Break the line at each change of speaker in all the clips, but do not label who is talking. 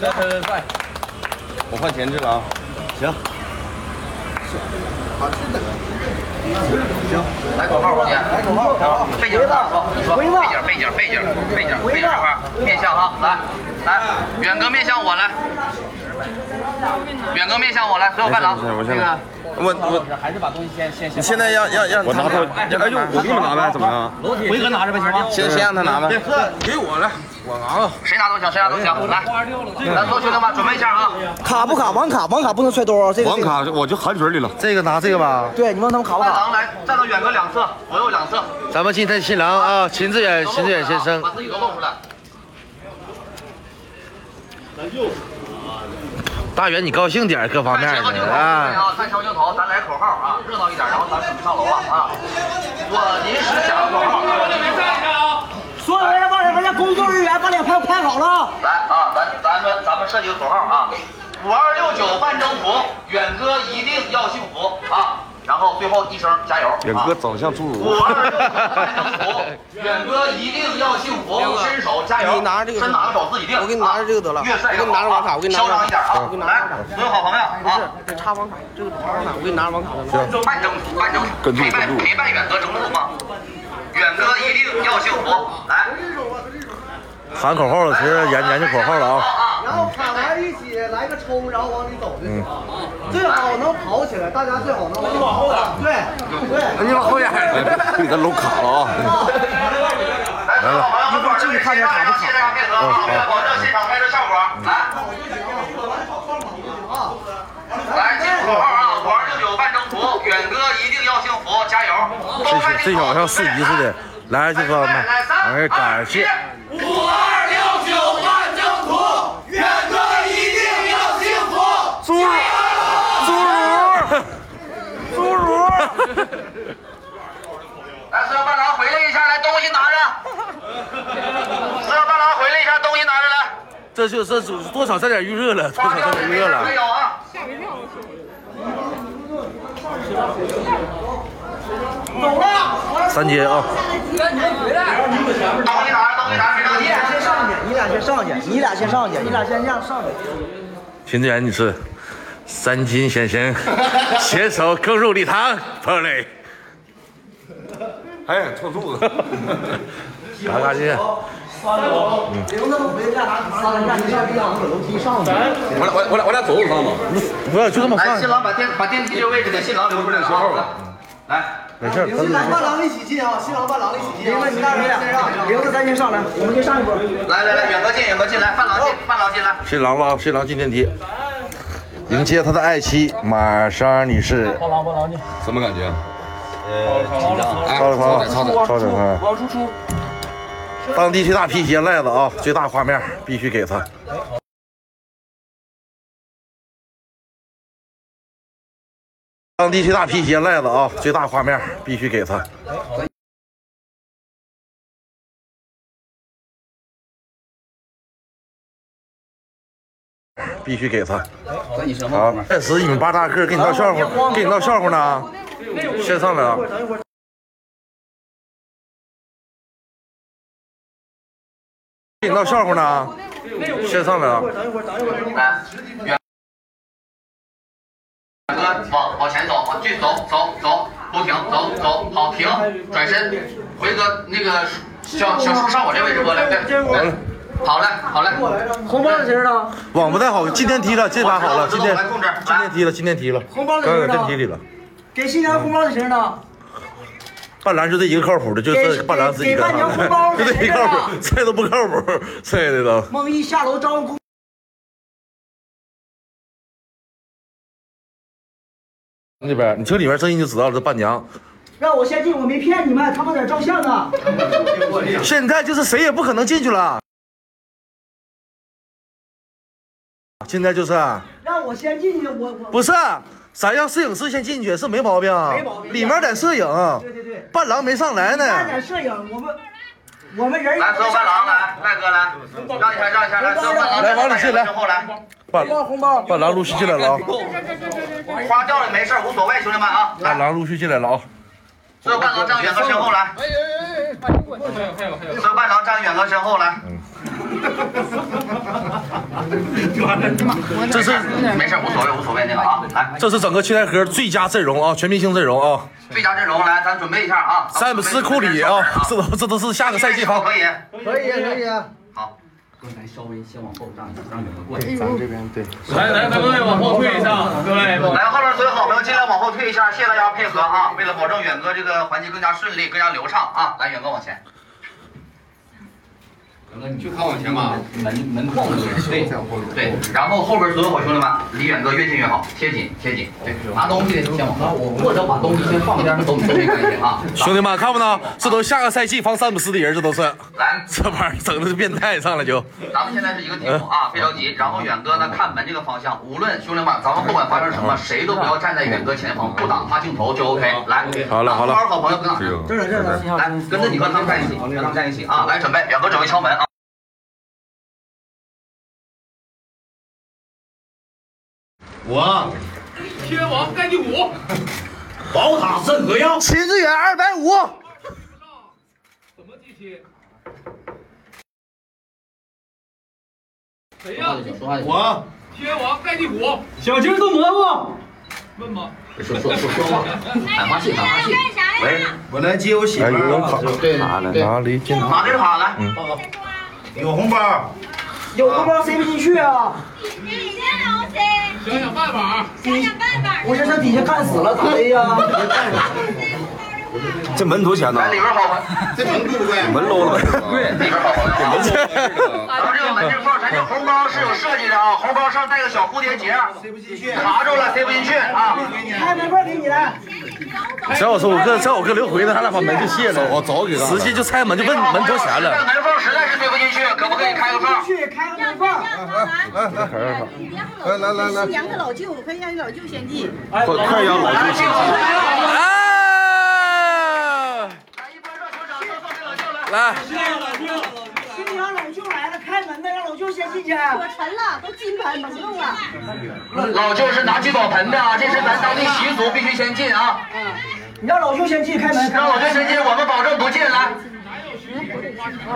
快快快！我换前置了啊。行。
来口号吧，来口号，背景大哥，你说背景背景背景背景背景这块儿面向啊，来来，远哥面向我来，远哥面向我来，所有伴郎，
没事没事
那个
我我
啊还是把东西先先
你
先。
现在要要让
我拿
他
着
们哎呦，我给你们拿呗，怎么样？
楼梯，回哥拿着呗，行吗？
先先让他拿呗。
谁拿都行，谁拿都行，来，咱所有兄弟们准备一下啊，
卡不卡？网卡网卡不能揣兜啊！这个
网卡我就含嘴里了。
这个拿这个吧。
对你问他们卡不
伴
卡？
郎来站到远哥两侧，左右两侧，啊
咱们今天新郎啊，秦志远，秦志远先生
把，自己都露出来，
大远你高兴点儿，各方
看
面
前方镜
的
头，
啊。
啊，看前方镜头，咱来口号啊，热闹一点，然后咱们上楼啊啊，我临时想个口号。
所有人，往人家工作人员把脸拍拍好了啊。
来啊，咱咱们咱们设计个口号啊，五二六九办征服，远哥一定要幸福啊！然后最后一声加油，啊
远哥走向侏
五
儒。
二六九办征服，远哥一定要幸福，伸手加油，
你拿着这个
伸哪个手自己定，
我给你拿着这个得了
啊越帅越好
我给你拿着网卡我给你拿着
嚣张一点啊
我给，你拿着
来
网卡，
所有好朋友啊。
这插网卡，这个插网卡，我给你拿着网卡的。
办征服，办征服，陪伴陪伴远哥征服嘛，远哥一定要幸福，来。
喊口号了，其实研研究口号了啊。
啊！
然后卡完一起来个冲，然后往里走就行。最好能跑起来，大家最好能往后跑。对对，
哎
你往后点，给他搂卡了啊！
来来来，一会儿注意看一下卡不卡。嗯，好。保证现场拍摄效果，来。来，记住口号啊！五二六九办征服，远哥一定要幸福，加油！
这这好像四姨似的，来这个们，哎，感谢。
哎
来，所有伴郎回来一下，来，东西拿着。所有伴郎回来一下，东西拿着来。
这就这多少沾点预热了，多少沾点预热了
没。有啊？
三斤啊，
东西拿着，东西拿着，别着急。
先上去，你俩先上去，你俩先上去，你俩先这样上去。
秦志远女士，三金先生，携手更入礼堂，彭磊。哎，臭肚子。来，感谢。
留那么回家拿卡，你俩先上去，往楼梯上去。
我俩我我俩我俩走走上吧。
不要就这么
来，
放
哎新，郎把电把电梯这位置给新郎留出来啊。来。
没事。
新郎伴郎一起进啊，新郎伴郎一起进
玲
啊。
子，你俩你俩，玲子咱先上来，我们先上一波。
来来来，远哥进，远哥进来，伴郎进，伴郎进来。
新郎吧，新郎进电梯，迎接他的爱妻玛莎女士。
什么感觉？
啊
呃啊
超着他，超着超着他。
出出。
当地最大皮鞋赖子啊，最大画面必须给他。当地最大皮鞋赖子啊，最大画面必须给他。必须给他。好，暂时你们八大个给你闹笑话，给你闹笑话呢。啊先上来啊！给你闹笑话呢，啊先上来啊！
来，远远哥往往前走，往继续走，走走，不停，走走，好停，转身，回哥那个小小树上我这位置过来，对对，好嘞好嘞，
红包是谁的？
网不太好，进电梯了，这把好了，进电进电梯了，进电梯了，
红包
刚
给
搁
谁
电梯
的？
里了。
给新娘红包是谁的？
伴郎就这一个靠谱的，就是伴郎自己干啥的， 就这一靠谱，这都不靠谱， 这的都。
梦一下楼招呼。
那边你听里面声音就知道了，这伴娘
让我先进，我没骗你们，他们在照相呢。
现在就是谁也不可能进去了。现在就是
让我先进去，我我
不是咱让摄影师先进去是没毛病，里面在摄影，
对对对，
伴郎没上来呢
干点。摄影，我们我们人
来，所有伴郎来，赖哥来，让一下让一下，来，所有伴郎
来往里
进
进来
之后来，
伴伴郎陆续进来了啊，
花掉了没事，无所谓，兄弟们啊，
伴
来，
郎陆续进来了啊。
所有伴郎站远哥身后来，所有伴郎站远哥身后来，
这是
没事，无所谓，无所谓那个啊。来，
这是整个七台河最佳阵容啊，全明星阵容啊，
最佳阵容来，咱准备一下啊。
詹姆斯、库里啊，这都这都是下个赛季哈。
可以。
可以可以。
好，
哥，咱稍微先往后站，让你们过去。咱这边对。
来来，咱们往后退一下，对，往
来后面所有好朋友尽量往后退一下，谢谢大家配合啊！为了保证远哥这个环节更加顺利、更加流畅啊，来，远哥往前。就靠往前吧，
门门框子对，
对，然后后边所有好兄弟们，离远哥越近越好，贴紧贴紧，对，拿东西先往后，
我或者把东西先放一边，
都 都没关系啊。
兄弟们，看不呢？这都下个赛季防詹姆斯的人，这都是
来，
这玩意儿整的是变态，上来就。
咱们现在是一个题目啊，别着急。然后远哥呢，看门这个方向，无论兄弟们，咱们不管发生什么，谁都不要站在远哥前方，不挡他镜头就 OK。来，
好了好了
好好朋友跟
这
上，
个
这儿这儿这儿，
来，跟着你和他们在一起，跟他们在一起啊！来，准备，远哥准备敲门啊！
宝塔镇河妖。
秦志远二百五，
我
天王盖地虎，
小鸡炖蘑菇。
问吧。
说说说说话，喊话戏，喊话戏。喂，
我来接我媳妇儿
哎
啊，
哪里哪里进？
马队卡来，
有红包。
有红包塞不进去啊！
想想办法，
不是上底下干死了咋的呀？
这门多少钱呢
来里边好朋友，
门搂了呗。
里边好朋友啊。
这
咱们这个门这块儿，咱这红包是有设计的啊，红包上带个小蝴蝶结，塞不进去，卡住了塞不进去啊。
开门棍给你来，
只要我说我哥，只要我哥留回呢，咱俩把门就卸了。我早给直接就拆门就问门多少钱
这
了。
门缝实在是塞不进去，可不可以开个缝？
去开个门缝。
来来来来，养个老舅，快让你老舅先进。
快让老师
哎啊！来，
新娘老舅来了，开门的让老舅先进去。
我沉了，都金盆甭动了。
老舅是拿聚宝盆的啊，这是咱当地习俗，必须先进啊。
你让老舅先进，开门。
让老舅先进，我们保证不进来。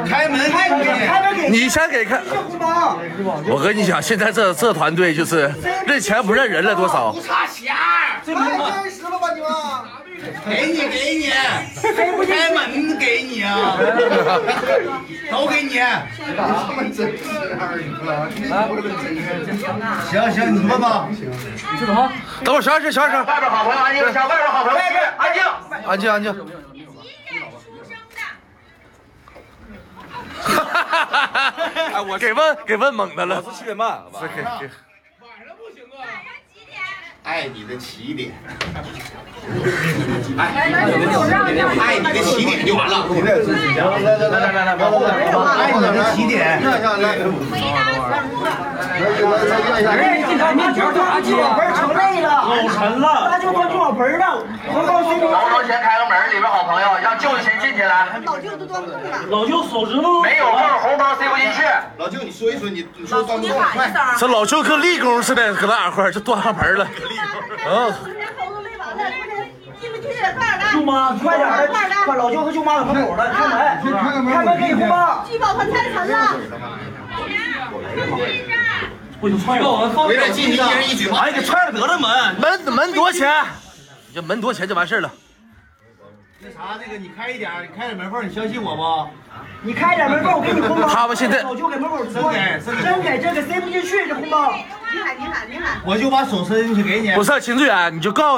开门，开门，
开门给
你先给看。
这红包，
我跟你讲，现在这这团队就是认钱不认人了，多少？
太真实了吧你们！
给你，给你，开门给你啊，都给你。行行，你问吧。
等会儿，小点声，小点声，
外边好朋友安静一下，外边好朋友安静。
安静安静。 哈哈哈哈哈！哎我给问给问懵的了。我是七点半，给给。
晚上不行啊。
哎，你的起点。
哎，你看面条端进老盆儿成累了，老沉了，那就端进老盆儿了，红包塞不进
老舅先开个门，里边好朋友让舅舅先进去来，
老舅都端不动了。
老舅手指头
没有缝，红包塞不进去。
老舅你喊一声啊。
这老舅跟立功似的，搁那俩块儿就端上盆了。
啊！喉咙没完了，快点进不去，快点
舅
的。
妈，快点儿的，
快点
快老舅和舅妈在门口了，开门，开门给红包。
聚宝盆太沉了。
我就踹我们放。哎，给踹了得了门。
门门多少钱？你这门多少钱就完事儿了。
那啥，那个你开一点，你开点门缝，你相信我不？
你开点门缝，我给你红包。
他们现在
老舅给门口坐，真给真给塞不进去这红包。
你喊，你喊，你喊。
我就把手伸进去给你。
啊不是秦志远，你就告诉他。